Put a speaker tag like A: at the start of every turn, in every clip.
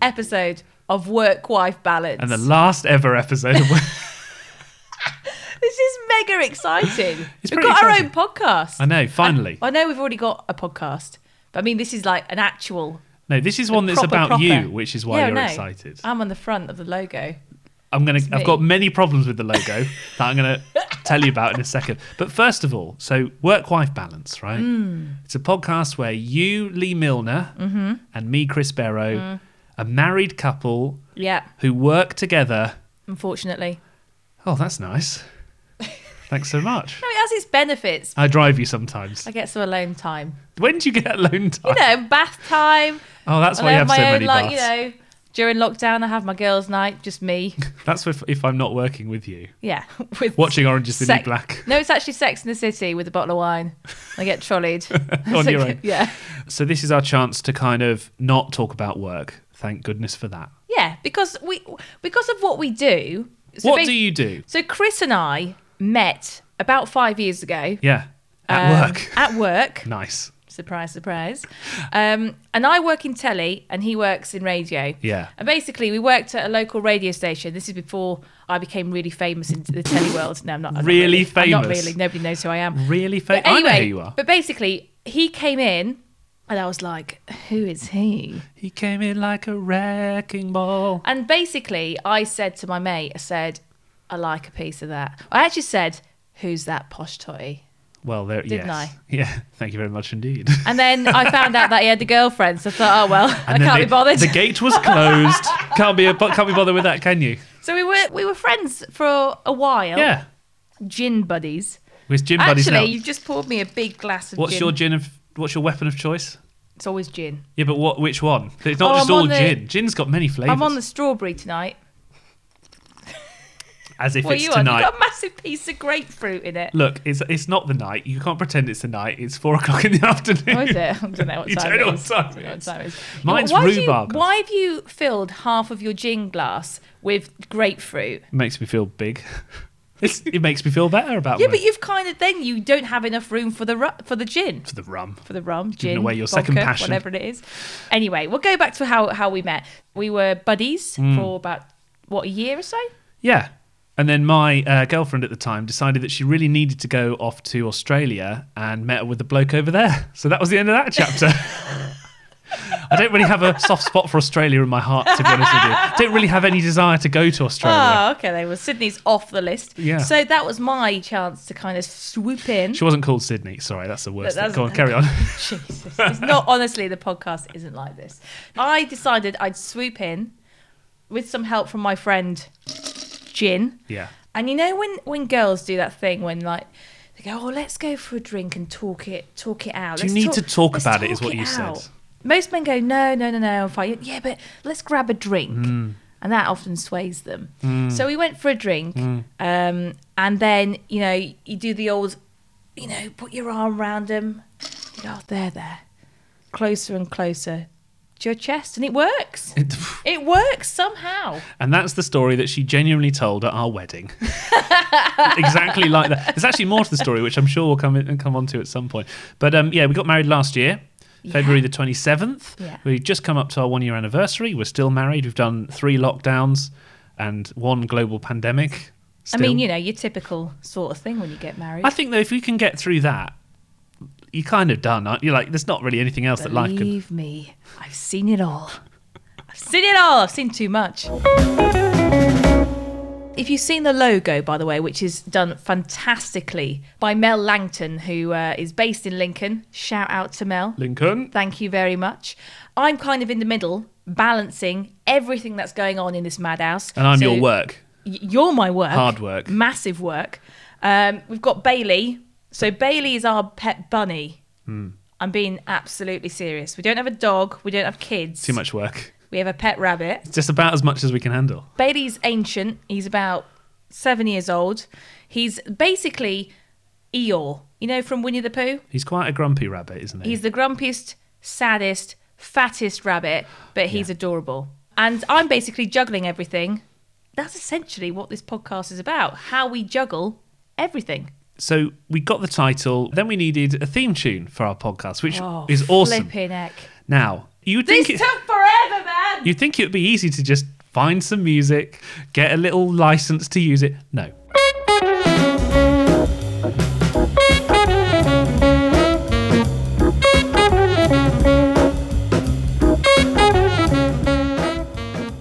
A: episode of Work Wife Balance.
B: And the last ever episode of
A: This is mega exciting.
B: It's
A: we've
B: pretty
A: got
B: exciting.
A: our own podcast.
B: I know, finally.
A: I, I know we've already got a podcast, but I mean, this is like an actual.
B: No, this is one that's
A: proper,
B: about
A: proper.
B: you, which is why
A: Yeah, I
B: you're
A: know.
B: excited.
A: I'm on the front of the logo.
B: I'm gonna.
A: me.
B: I've got many problems with the logo that I'm gonna tell you about in a second. But first of all, so work-life balance, right?
A: Hmm.
B: It's a podcast where you, Lee Milner,
A: Mm-hmm.
B: and me, Chris Barrow,
A: Mm.
B: a married couple
A: Yeah,
B: who work together.
A: unfortunately.
B: Oh, that's nice. Thanks so much.
A: No, it has its benefits.
B: I drive you sometimes.
A: I get some alone time.
B: When do you get alone time?
A: You know, bath time.
B: oh, that's
A: And
B: why
A: I
B: you
A: have
B: have so
A: my own,
B: many
A: like, you
B: baths.
A: know, during lockdown, I have my girls' night, just me.
B: That's if, if I'm not working with you.
A: Yeah. With
B: Watching Orange is the
A: Sex-
B: New Black.
A: No, it's actually Sex in the City with a bottle of wine. I get trolleyed.
B: On your own.
A: Yeah.
B: So this is our chance to kind of not talk about work. Thank goodness for that.
A: Yeah, because we because of what we do. So
B: what
A: bas-
B: do you do?
A: So Chris and I met about five years ago.
B: Yeah, at
A: um,
B: work.
A: At work.
B: Nice.
A: Surprise, surprise. Um, and I work in telly and he works in radio.
B: Yeah.
A: And basically, we worked at a local radio station. This is before I became really famous in the telly world. No, I'm not. I'm not
B: Really
A: I'm not
B: famous?
A: really. Nobody knows who I am.
B: Really fa-
A: But anyway,
B: I know who you are.
A: But basically, he came in and I was like, who is he?
B: He came in like a wrecking ball.
A: And basically, I said to my mate, I said, I like a piece of that. I actually said, who's that posh totty?
B: Well, there.
A: Didn't
B: yes.
A: I?
B: Yeah. Thank you very much indeed.
A: And then I found out that he had a girlfriend. So I thought, oh, well, I
B: And then
A: can't
B: they-
A: be bothered.
B: The gate was closed. can't be. A, can't be bothered with that, can you?
A: so we were, we were friends for a while.
B: Yeah.
A: Gin buddies.
B: With gin buddies
A: Actually,
B: now.
A: you've just poured me a big glass of
B: What's
A: gin.
B: your gin of? What's your weapon of choice?
A: It's always gin.
B: Yeah, but what? Which one? It's not
A: Oh,
B: just
A: I'm on
B: all
A: the-
B: gin. Gin's got many flavors.
A: I'm on the strawberry tonight.
B: As if
A: What are
B: it's
A: you on?
B: tonight.
A: You've got a massive piece of grapefruit in it.
B: Look, it's it's not the night. You can't pretend it's the night. It's four o'clock in the afternoon.
A: What Oh, is it? I don't know what
B: You
A: time
B: don't
A: it
B: know what
A: is.
B: time
A: I don't know
B: it
A: what
B: is.
A: time it is.
B: Mine's
A: Why do you-
B: rhubarb.
A: why have you filled half of your gin glass with grapefruit?
B: makes me feel big. It's, it makes me feel better about
A: Yeah,
B: my-
A: but you've kind of then you don't have enough room for the ru- for the gin,
B: for the rum.
A: for the rum,
B: Giving
A: gin,
B: away your
A: vodka,
B: second passion.
A: whatever it is. Anyway, we'll go back to how how we met. We were buddies
B: Mm.
A: for about what a year or so.
B: Yeah. And then my uh, girlfriend at the time decided that she really needed to go off to Australia and met up with the bloke over there. So that was the end of that chapter. I don't really have a soft spot for Australia in my heart, to be honest with you. I don't really have any desire to go to Australia.
A: Oh, okay. They were Sydney's off the list.
B: Yeah.
A: So that was my chance to kind of swoop in.
B: She wasn't called Sydney. Sorry, that's the worst.
A: That-
B: thing. Go on,
A: that's-
B: carry on.
A: Jesus. It's not honestly the podcast isn't like this. I decided I'd swoop in with some help from my friend Jin.
B: yeah.
A: And you know when when girls do that thing when like they go, "Oh, let's go for a drink and talk it talk it out."
B: Do you
A: Let's
B: need to talk
A: let's
B: about it is what you said.
A: Most men go, "No, no, no, no, I'm fine." Yeah, but let's grab a drink.
B: Mm.
A: And that often sways them. So we went for a drink,
B: Mm.
A: um, and then you know you do the old, you know, put your arm round them. You go, oh, there, there, closer and closer to your chest, and it works. It works somehow.
B: And that's the story that she genuinely told at our wedding. exactly like that. There's actually more to the story, which I'm sure we'll come in, come on to at some point. But um, yeah, we got married last year, February the 27th.
A: Yeah.
B: We've just come up to our one year anniversary. We're still married. We've done three lockdowns and one global pandemic.
A: I mean,
B: still.
A: you know, your typical sort of thing when you get married.
B: I think though, if we can get through that, you're kind of done, aren't you? Like, there's not really anything else that life can.
A: Believe me, I've seen it all. I've seen it all. I've seen too much. If you've seen the logo, by the way, which is done fantastically by Mel Langton, who uh, is based in Lincoln, shout out to Mel.
B: Lincoln.
A: Thank you very much. I'm kind of in the middle, balancing everything that's going on in this madhouse.
B: And I'm
A: So
B: your work.
A: y- You're my work.
B: Hard work.
A: Massive work. Um, we've got Bailey. So Bailey is our pet bunny.
B: Hmm.
A: I'm being absolutely serious. We don't have a dog. We don't have kids.
B: Too much work.
A: We have a pet rabbit.
B: It's just about as much as we can handle.
A: Bailey's ancient. He's about seven years old. He's basically Eeyore, you know, from Winnie the Pooh.
B: He's quite a grumpy rabbit, isn't he?
A: He's the grumpiest, saddest, fattest rabbit, but he's adorable. And I'm basically juggling everything. That's essentially what this podcast is about how we juggle everything.
B: So we got the title, then we needed a theme tune for our podcast, which
A: Oh,
B: is awesome.
A: Flipping heck.
B: Now, you would
A: This
B: think it,
A: took forever, man.
B: you think it would be easy to just find some music, get a little license to use it. No.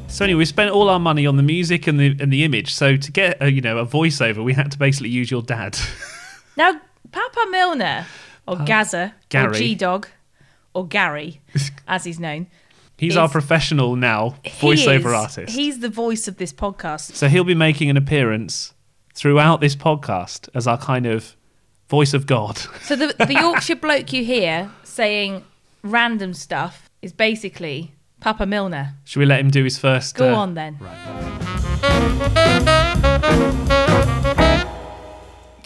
B: So anyway, we spent all our money on the music and the and the image. So to get a, you know a voiceover, we had to basically use your dad.
A: Now, Papa Milner, or Gaza, or
B: Gary.
A: G Dog, or Gary, as he's known.
B: He's
A: Is-
B: our professional now
A: he
B: voiceover
A: is-
B: artist.
A: He's the voice of this podcast.
B: So he'll be making an appearance throughout this podcast as our kind of voice of God.
A: So the, the Yorkshire bloke you hear saying random stuff is basically Papa Milner.
B: Should we let him do his first?
A: Go
B: uh,
A: on then.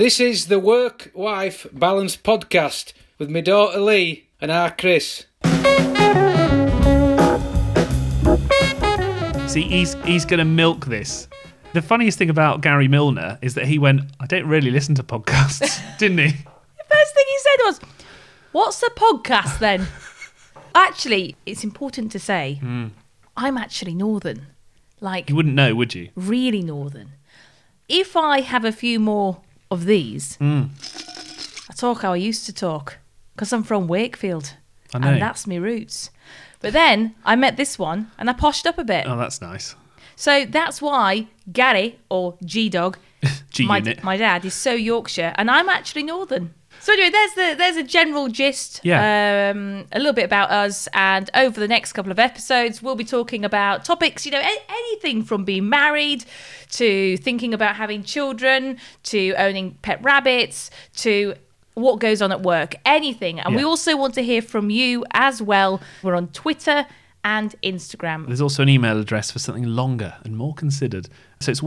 C: This is the Work Wife Balance podcast with my daughter Lee and our Chris.
B: See, he's he's going to milk this. The funniest thing about Gary Milner is that he went, I don't really listen to podcasts, didn't he?
A: First thing he said was, What's a podcast then? actually, it's important to say I'm actually northern. Like,
B: Hmm. You wouldn't know, would you?
A: really northern. If I have a few more of these,
B: Hmm.
A: I talk how I used to talk because I'm from Wakefield
B: I know.
A: and that's my roots. But then I met this one and I poshed up a bit.
B: Oh, that's nice.
A: So that's why Gary or G Dog,
B: G
A: my,
B: unit.
A: my dad, is so Yorkshire and I'm actually northern. So anyway, there's the there's a general gist,
B: Yeah.
A: um, a little bit about us, and over the next couple of episodes, we'll be talking about topics, you know, a- anything from being married to thinking about having children to owning pet rabbits to what goes on at work, anything. And we
B: Yeah.
A: also want to hear from you as well. We're on Twitter and Instagram
B: There's also an email address for something longer and more considered. So it's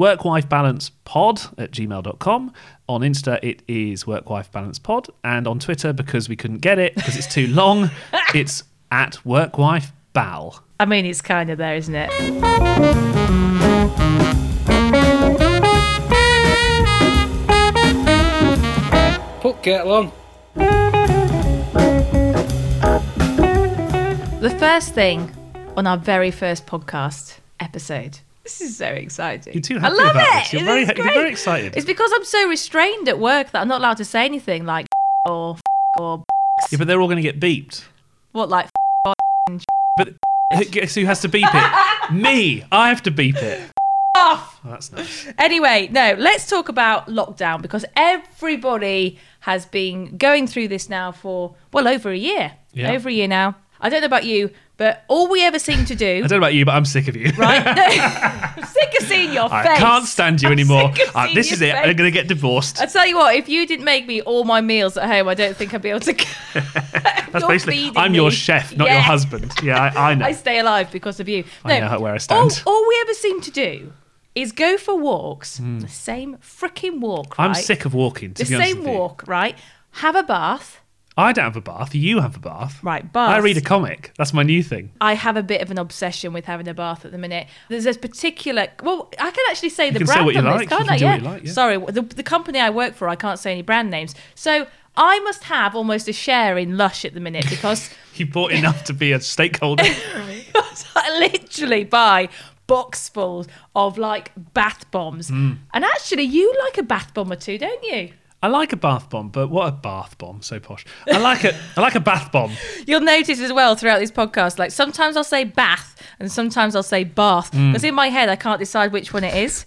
B: workwifebalancepod at gmail.com. On Insta, it is workwifebalancepod. And on Twitter, because we couldn't get it because it's too long, it's at workwifebal.
A: I mean, it's kind of there, isn't it?
C: Put kettle on.
A: The first thing on our very first podcast episode. This is so exciting.
B: You're too
A: I
B: happy
A: love
B: about
A: it.
B: this. You're very,
A: is
B: you're
A: great.
B: very excited.
A: It's because I'm so restrained at work that I'm not allowed to say anything like or or
B: yeah, but they're all going to get beeped.
A: what like.
B: But guess who has to beep it? Me. I have to beep it.
A: Off.
B: Oh, that's nice.
A: Anyway, no, let's talk about lockdown because everybody has been going through this now for well over a year.
B: Yeah.
A: Over a year now. I don't know about you, but all we ever seem to do
B: I don't know about you, but I'm sick of you.
A: right? No. I'm sick of seeing your
B: I
A: face.
B: can't stand you
A: I'm
B: anymore.
A: sick of
B: Uh,
A: seeing
B: this is
A: your
B: it.
A: face.
B: I'm going to get divorced.
A: I tell you what, if you didn't make me all my meals at home, I don't think I'd be able to.
B: That's basically, I'm your chef, not your husband. Yeah, I, I know.
A: I stay alive because of you.
B: I know how- where I stand.
A: All, all we ever seem to do is go for walks, the same freaking walk, right?
B: Hmm. I'm sick of walking. To
A: The
B: be honest
A: same
B: with you.
A: walk, right? Have a bath,
B: I don't have a bath. You have a bath.
A: right? Bath.
B: I read a comic. That's my new thing.
A: I have a bit of an obsession with having a bath at the minute. There's this particular. Well, I can actually say the
B: can say
A: brand
B: what you
A: on
B: like, you
A: this, can't
B: can
A: I?
B: do
A: yeah.
B: what you like, yeah.
A: Sorry, the, the company I work for, I can't say any brand names. So I must have almost a share in Lush at the minute because
B: You bought enough to be a stakeholder.
A: I literally buy boxfuls of like bath bombs.
B: Hmm.
A: And actually, you like a bath bomb or two, don't you?
B: I like a bath bomb, but what a bath bomb! So posh. I like a I like a bath bomb.
A: You'll notice as well throughout this podcast, like sometimes I'll say bath and sometimes I'll say bath
B: Hmm.
A: because in my head I can't decide which one it is.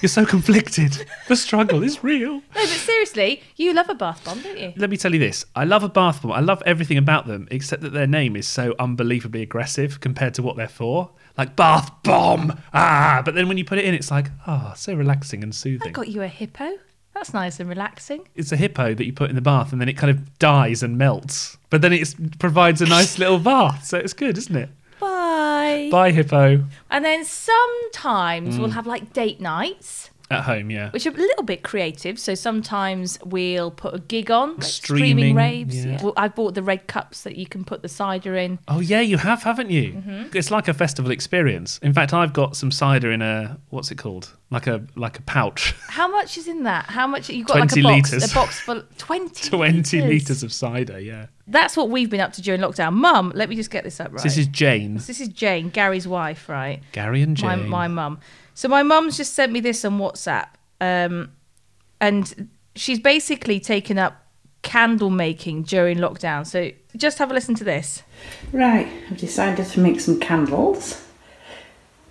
B: You're so conflicted. The struggle is real.
A: No, but seriously, you love a bath bomb, don't you?
B: Let me tell you this. I love a bath bomb. I love everything about them, except that their name is so unbelievably aggressive compared to what they're for. Like bath bomb. Ah, but then when you put it in, it's like ah, so relaxing and
A: I
B: soothing.
A: got you a hippo. That's nice and relaxing.
B: it's a hippo that you put in the bath and then it kind of dies and melts. But then it provides a nice little bath. So it's good, isn't it?
A: Bye.
B: Bye, hippo.
A: And then sometimes we'll have like date nights.
B: At home, yeah.
A: which are a little bit creative. So sometimes we'll put a gig on, like
B: Streaming,
A: streaming, raves.
B: yeah.
A: Well, I've bought the red cups that you can put the cider in.
B: Oh yeah, you have, haven't you?
A: Mm-hmm.
B: It's like a festival experience. In fact, I've got some cider in a what's it called? Like a like a pouch,
A: How much is in that? How much you got?
B: 20
A: like a box,
B: litres.
A: a box for twenty.
B: twenty liters of cider. Yeah.
A: That's what we've been up to during lockdown. Mum, let me just get this up right.
B: So this is Jane,
A: this is Jane, Gary's wife, right?
B: Gary and
A: my
B: Jane.
A: my mum. So my mum's just sent me this on WhatsApp, um, and she's basically taken up candle making during lockdown. So just have a listen to this.
D: Right, I've decided to make some candles.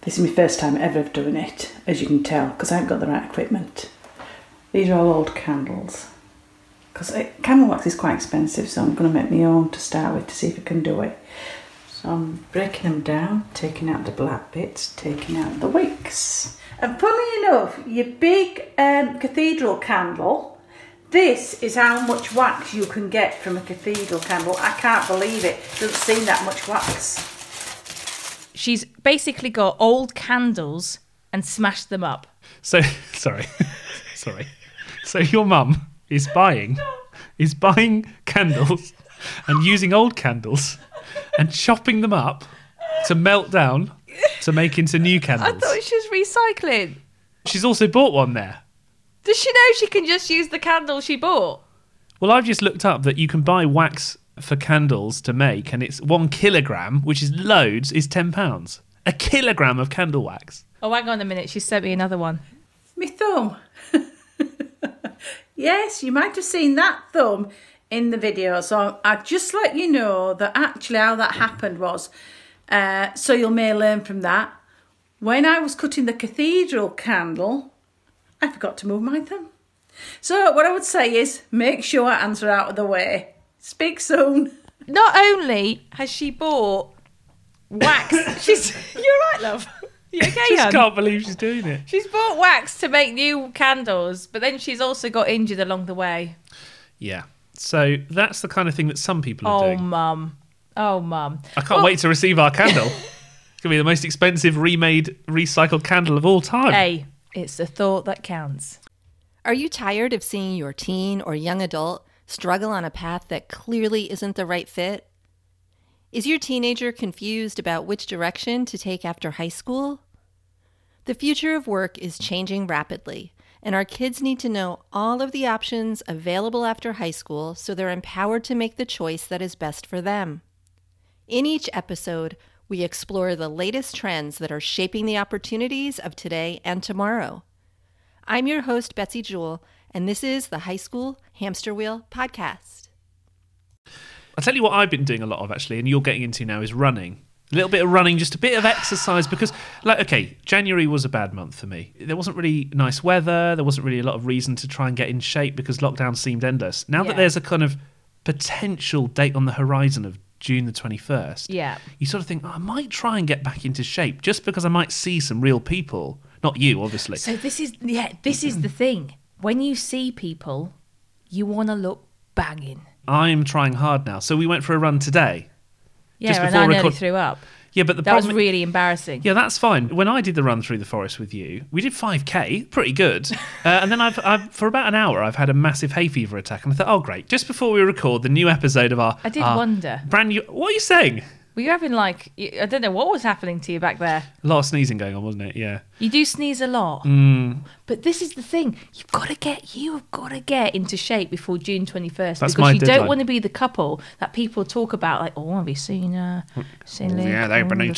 D: This is my first time ever of doing it, as you can tell, because I haven't got the right equipment. These are all old candles. Because candle wax is quite expensive, so I'm going to make my own to start with to see if I can do it. So I'm breaking them down, taking out the black bits, taking out the wicks. And funnily enough, your big um, cathedral candle, this is how much wax you can get from a cathedral candle. I can't believe it. Doesn't seem that much wax.
A: She's basically got old candles and smashed them up.
B: So sorry, sorry. So your mum is buying is buying candles and using old candles and chopping them up to melt down to make into new
A: I
B: candles.
A: thought she was recycling.
B: She's also bought one there.
A: Does she know she can just use the candle she bought?
B: Well, I've just looked up that you can buy wax for candles to make, and it's one kilogram, which is loads, is ten pounds. A kilogram of candle wax.
A: Oh, hang on a minute. She sent me another one.
D: My thumb. yes, you might have seen that thumb in the video. So I'd just let you know that actually how that happened was. Uh, so you may learn from that. When I was cutting the cathedral candle, I forgot to move my thumb. So what I would say is make sure hands are out of the way. Speak soon.
A: Not only has she bought wax, she's you're right, love. You okay,
B: I just
A: hun?
B: can't believe she's doing it.
A: She's bought wax to make new candles, but then she's also got injured along the way.
B: Yeah. So that's the Hmm. kind of thing that some people are
A: Oh,
B: doing.
A: mum. Oh, mum.
B: I can't wait to receive our candle. it's gonna be the most expensive remade recycled candle of all time.
A: Hey, it's the thought that counts.
E: Are you tired of seeing your teen or young adult struggle on a path that clearly isn't the right fit? Is your teenager confused about which direction to take after high school? The future of work is changing rapidly, and our kids need to know all of the options available after high school so they're empowered to make the choice that is best for them. In each episode, we explore the latest trends that are shaping the opportunities of today and tomorrow. I'm your host, Betsy Jewell, and this is the High School Hamster Wheel Podcast.
B: I'll tell you what I've been doing a lot of actually, and you're getting into now is running. A little bit of running, just a bit of exercise because, like, okay, January was a bad month for me. There wasn't really nice weather. There wasn't really a lot of reason to try and get in shape because lockdown seemed endless. Now that
A: Yeah.
B: there's a kind of potential date on the horizon of June the 21st,
A: Yeah.
B: you sort of think, oh, I might try and get back into shape just because I might see some real people. Not you, obviously.
A: So this is yeah, this is the thing. When you see people, you want to look banging.
B: I'm trying hard now. So we went for a run today.
A: Yeah,
B: Just
A: and
B: before
A: I nearly
B: record-
A: threw up.
B: Yeah, but the
A: That was
B: problem
A: really embarrassing.
B: Yeah, that's fine. When I did the run through the forest with you, we did 5k, pretty good. Uh, and then I've, I've for about an hour, I've had a massive hay fever attack, and I thought, oh great, just before we record the new episode of our,
A: I did
B: our
A: wonder.
B: brand new. What are you saying?
A: Were you having like I don't know what was happening to you back there.
B: A lot of sneezing going on, wasn't it? Yeah.
A: You do sneeze a lot,
B: Mm.
A: but this is the thing. You've got to get you've got to get into shape before June twenty first
B: That's
A: because
B: my
A: you
B: deadline.
A: don't want to be the couple that people talk about like oh I've been seen her, seen Luke, oh, been-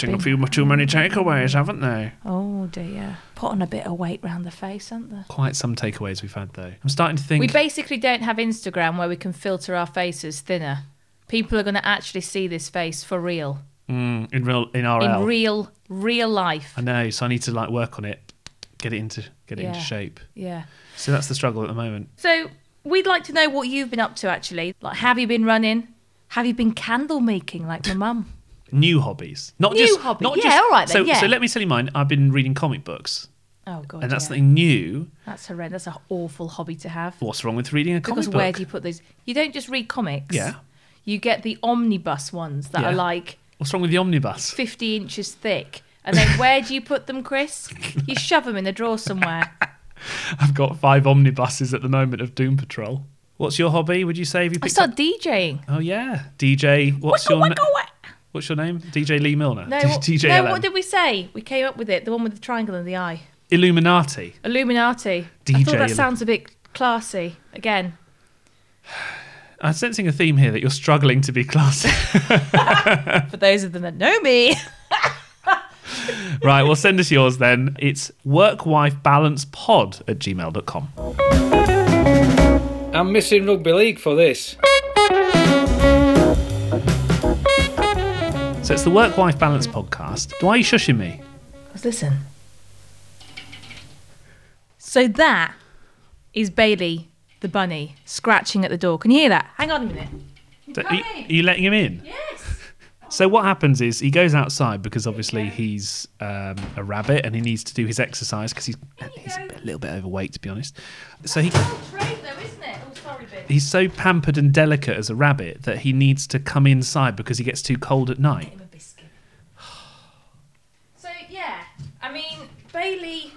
B: too many takeaways, haven't they?
A: Oh dear, put on a bit of weight round the face, aren't they?
B: Quite some takeaways we've had though. I'm starting to think.
A: We basically don't have Instagram where we can filter our faces thinner. People are going to actually see this face for real,
B: Mm, in real in RL.
A: in real, real life.
B: I know, so I need to like work on it, get it into get it into
A: Yeah.
B: shape.
A: Yeah.
B: So that's the struggle at the moment.
A: So we'd like to know what you've been up to actually. Like, have you been running? Have you been candle making like my mum?
B: New hobbies, not
A: New
B: just
A: hobby.
B: not
A: Yeah,
B: just.
A: all right then,
B: so,
A: yeah.
B: so let me tell you mine. I've been reading comic books,
A: Oh god,
B: and that's
A: yeah.
B: something new.
A: that's horrendous. That's an awful hobby to have.
B: What's wrong with reading a comic
A: Because
B: book?
A: where do you put those? You don't just read comics.
B: Yeah.
A: You get the omnibus ones that
B: Yeah.
A: are like
B: What's wrong with the omnibus?
A: 50 inches thick. And then where do you put them, Chris? You shove them in a drawer somewhere.
B: I've got five omnibuses at the moment of Doom Patrol. What's your hobby? Would you say if you
A: I
B: picked
A: start
B: up?
A: DJing.
B: Oh yeah, DJ. What's
A: Wicka,
B: your na-
A: wicka, wick.
B: What's your name? DJ Lee Milner.
A: No,
B: D-
A: what,
B: DJ
A: no
B: LM.
A: what did we say? We came up with it. The one with the triangle and the eye.
B: Illuminati.
A: Illuminati. I
B: DJ
A: thought that
B: Ill-
A: sounds a bit classy. Again,
B: I'm sensing a theme here that you're struggling to be classy.
A: for those of them that know me.
B: right, well, send us yours then. It's workwifebalancepod at gmail.com.
C: I'm missing rugby league for this.
B: So it's the Work Wife Balance podcast. Why are you shushing me?
A: Let's listen. So that is Bailey the bunny scratching at the door. Can you hear that? Hang on a minute.
B: So Are you, are you letting him in? Yes. So what happens is he goes outside because obviously he's um, a rabbit and he needs to do his exercise because he's, uh, he's a, bit- little bit overweight to be honest. So he
A: trade though, isn't it? Oh, sorry, Bailey.
B: he's so pampered and delicate as a rabbit that he needs to come inside because he gets too cold at night.
A: Him a biscuit. So yeah, I mean Bailey.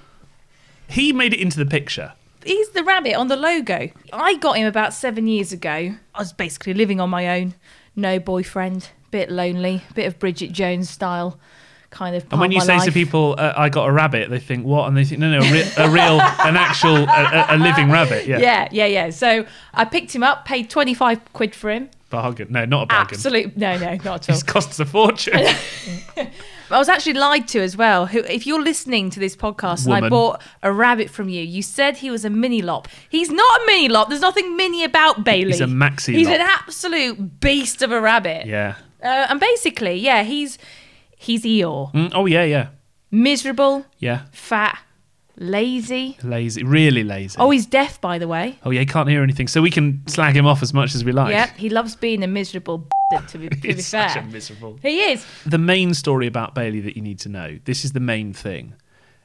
B: He made it into the picture.
A: He's the rabbit on the logo. I got him about seven years ago. I was basically living on my own, no boyfriend, bit lonely, bit of Bridget Jones style, kind of.
B: And
A: part
B: when
A: of
B: you
A: Oh, my
B: say to
A: life.
B: people, uh, "I got a rabbit," they think what? And they think, "No, no, a, re- a real, an actual, a, a, a living rabbit." Yeah.
A: yeah, yeah, yeah. So I picked him up, paid twenty five quid for him.
B: bargain. No, not a bargain.
A: Absolute no, no, not at all.
B: This costs a fortune.
A: I was actually lied to as well. Who, if you're listening to this podcast and I
B: Woman.
A: bought a rabbit from you, you said he was a mini lop. He's not a mini lop. There's nothing mini about Bailey.
B: He's a maxi
A: He's
B: lop.
A: an absolute beast of a rabbit.
B: yeah.
A: Uh, and basically, yeah, he's he's Eeyore.
B: Mm, oh yeah, yeah,
A: miserable,
B: yeah.
A: fat, lazy.
B: Lazy, really lazy.
A: Oh, he's deaf, by the way.
B: Oh, yeah, he can't hear anything, so we can slag him off as much as we like.
A: Yeah, he loves being a miserable. to be, to be
B: It's
A: fair,
B: such a miserable.
A: he is.
B: The main story about Bailey that you need to know. This is the main thing,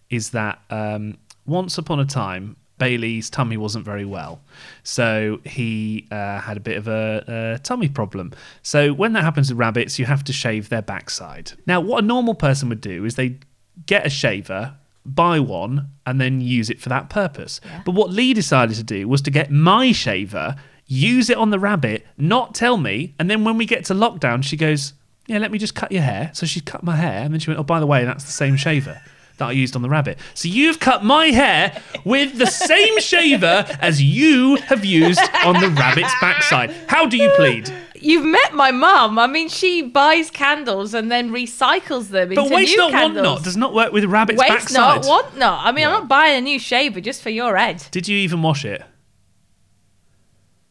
B: is that um, once upon a time. Bailey's tummy wasn't very well, so he uh, had a bit of a, uh tummy problem. So when that happens with rabbits, you have to shave their backside. Now, what a normal person would do is they get a shaver, buy one, and then use it for that purpose. But what Lee decided to do was to get my shaver, use it on the rabbit, not tell me, and then when we get to lockdown, she goes, Yeah, let me just cut your hair. So she cut my hair, and then she went, Oh, by the way, that's the same shaver. That I used on the rabbit. So you've cut my hair with the same shaver as you have used on the rabbit's backside. How do you plead?
A: You've met my mum. I mean, she buys candles and then recycles them
B: But
A: into
B: waste
A: new
B: not, want
A: candles.
B: not does not work with a rabbit's
A: Waste
B: backside.
A: not, want not. I mean, I'm not buying a new shaver just for your head.
B: Did you even wash it?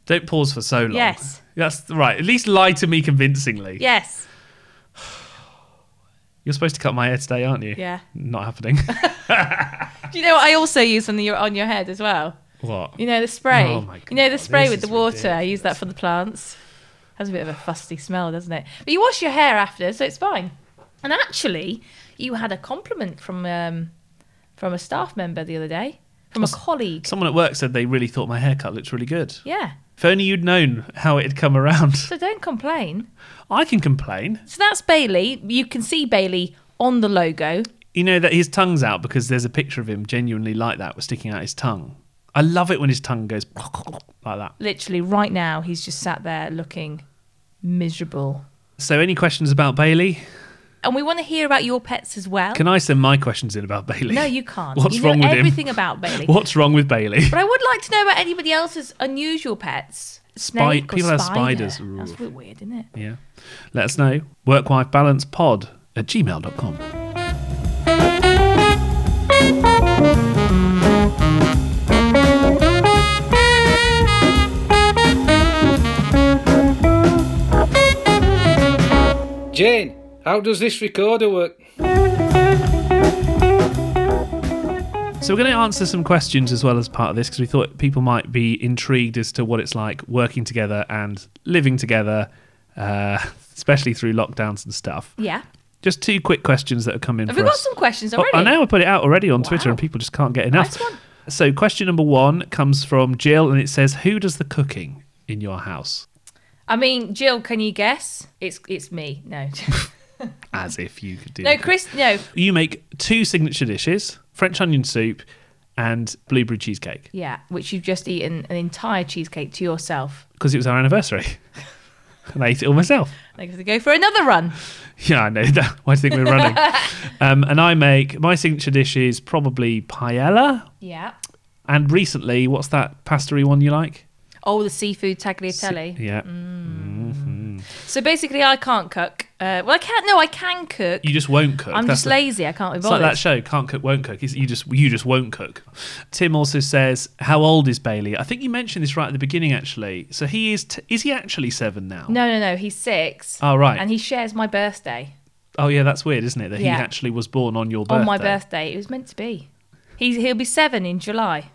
B: Don't pause for so long.
A: Yes.
B: That's right. At least lie to me convincingly.
A: Yes.
B: You're supposed to cut my hair today, aren't you?
A: Yeah.
B: Not happening.
A: Do you know what I also use on, the, on your head as well?
B: what?
A: You know the spray.
B: Oh my
A: you know the
B: God,
A: spray
B: this
A: with the
B: is
A: water. I use that for the plants. Has a bit of a fusty smell, doesn't it? But you wash your hair after, so it's fine. And actually, you had a compliment from um, from a staff member the other day, from a colleague.
B: Someone at work said they really thought my haircut looked really good.
A: Yeah.
B: If only you'd known how it had come around.
A: So don't complain.
B: I can complain.
A: So that's Bailey. You can see Bailey on the logo.
B: You know that his tongue's out because there's a picture of him genuinely like that, with sticking out his tongue. I love it when his tongue goes like that.
A: Literally, right now, he's just sat there looking miserable.
B: So, any questions about Bailey?
A: And we want to hear about your pets as well.
B: Can I send my questions in about Bailey?
A: no, you can't.
B: What's
A: you know
B: wrong with him?
A: everything about Bailey.
B: What's wrong with Bailey?
A: But I would like to know about anybody else's unusual pets. Snake or
B: people have
A: spider.
B: spiders. Ooh.
A: That's a bit weird, isn't it?
B: Yeah. Let us know. Workwifebalancepod at gmail.com.
C: Jane, how does this recorder work?
B: So we're going to answer some questions as well as part of this because we thought people might be intrigued as to what it's like working together and living together, uh, especially through lockdowns and stuff.
A: Yeah.
B: Just two quick questions that have come in
A: Have
B: for
A: we got
B: us.
A: some questions
B: Oh,
A: already?
B: I know I put it out already on Twitter
A: Wow.
B: and people just can't get enough.
A: Nice one.
B: So question number one comes from Jill and it says, "Who does the cooking in your house?"
A: I mean, Jill, can you guess? It's it's me. No.
B: As if you could do.
A: no,
B: the cooking.
A: Chris, no.
B: You make two signature dishes: French onion soup and blueberry cheesecake
A: Yeah, which you've just eaten an entire cheesecake to yourself.
B: because it was our anniversary. and I ate it all myself.
A: I'm going to go for another run.
B: Yeah, I know that. Why do you think we're running? um, and I make my signature dish is probably paella.
A: Yeah.
B: And recently, what's that pastery one you like?
A: Oh, the seafood tagliatelle.
B: Yeah.
A: So basically, I can't cook. Uh, well, I can't. No, I can cook.
B: You just won't cook.
A: I'm
B: That's
A: just
B: the-
A: lazy. I can't be
B: It's like
A: bothered.
B: that show, Can't Cook, Won't Cook. It's- You just, you just won't cook. Tim also says, How old is Bailey? I think you mentioned this right at the beginning, actually. So he is, t- is he actually seven now?
A: no, no, no. He's six.
B: Oh, right.
A: And he shares my birthday.
B: Oh, yeah, that's weird, isn't it? That he
A: Yeah.
B: actually was born on your birthday.
A: On my birthday, it was meant to be. He's, he'll be seven in July.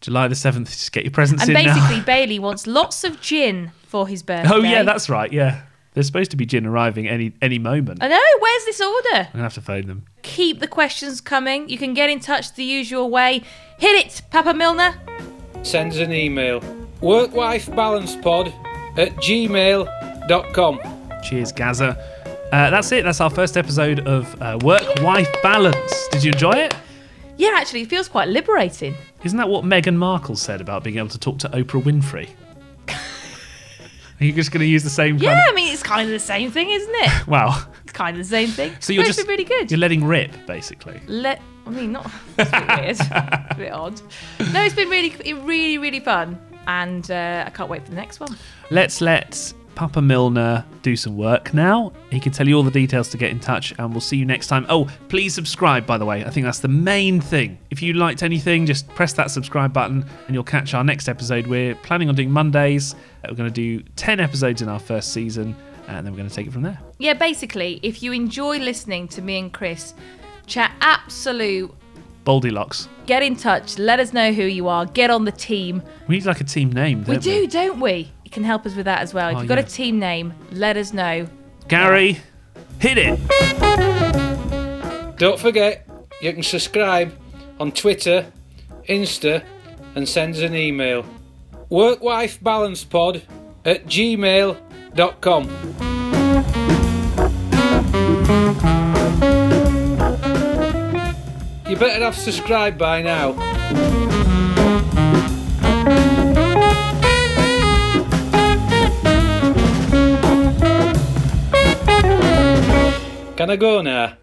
B: July the 7th, just get your presents
A: And
B: in now.
A: basically, Bailey wants lots of gin for his birthday.
B: Oh yeah, that's right. Yeah, they're supposed to be gin arriving any any moment.
A: I know. Where's this order?
B: I'm gonna have to phone them.
A: Keep the questions coming. You can get in touch the usual way. Hit it, Papa Milner.
C: Sends an email. WorkWifeBalancePod at gmail.com.
B: Cheers, Gaza. Uh, that's it. That's our first episode of uh, Work Wife Balance. Did you enjoy it?
A: Yeah, actually, it feels quite liberating.
B: Isn't that what Meghan Markle said about being able to talk to Oprah Winfrey? Are you just going to use the same? kind
A: Yeah, I mean, it's kind of the same thing, isn't it?
B: of- wow.
A: It's kind of the same thing.
B: So you're
A: No, it's
B: just
A: been really good.
B: You're letting rip, basically.
A: Let I mean, not it's a bit weird, it's a bit odd. No, it's been really, really, really fun, and uh, I can't wait for the next one.
B: Let's let Papa Milner do some work now. He can tell you all the details to get in touch, and we'll see you next time. Oh, please subscribe, by the way. I think that's the main thing. If you liked anything, just press that subscribe button and you'll catch our next episode. We're planning on doing Mondays. We're going to do 10 episodes in our first season, and then we're going to take it from there.
A: Yeah, basically, if you enjoy listening to me and Chris chat absolute,
B: Baldy locks.
A: get in touch. Let us know who you are. Get on the team.
B: We need like a team name,
A: We
B: don't
A: do,
B: we?
A: don't we? You can help us with that as well. If
B: Oh,
A: you've got
B: yeah.
A: a team name, let us know.
B: Gary, hit it.
C: Don't forget, you can subscribe on Twitter, Insta, and send us an email. WorkWifeBalancePod at gmail.com. You better have subscribed by now. Can I go now?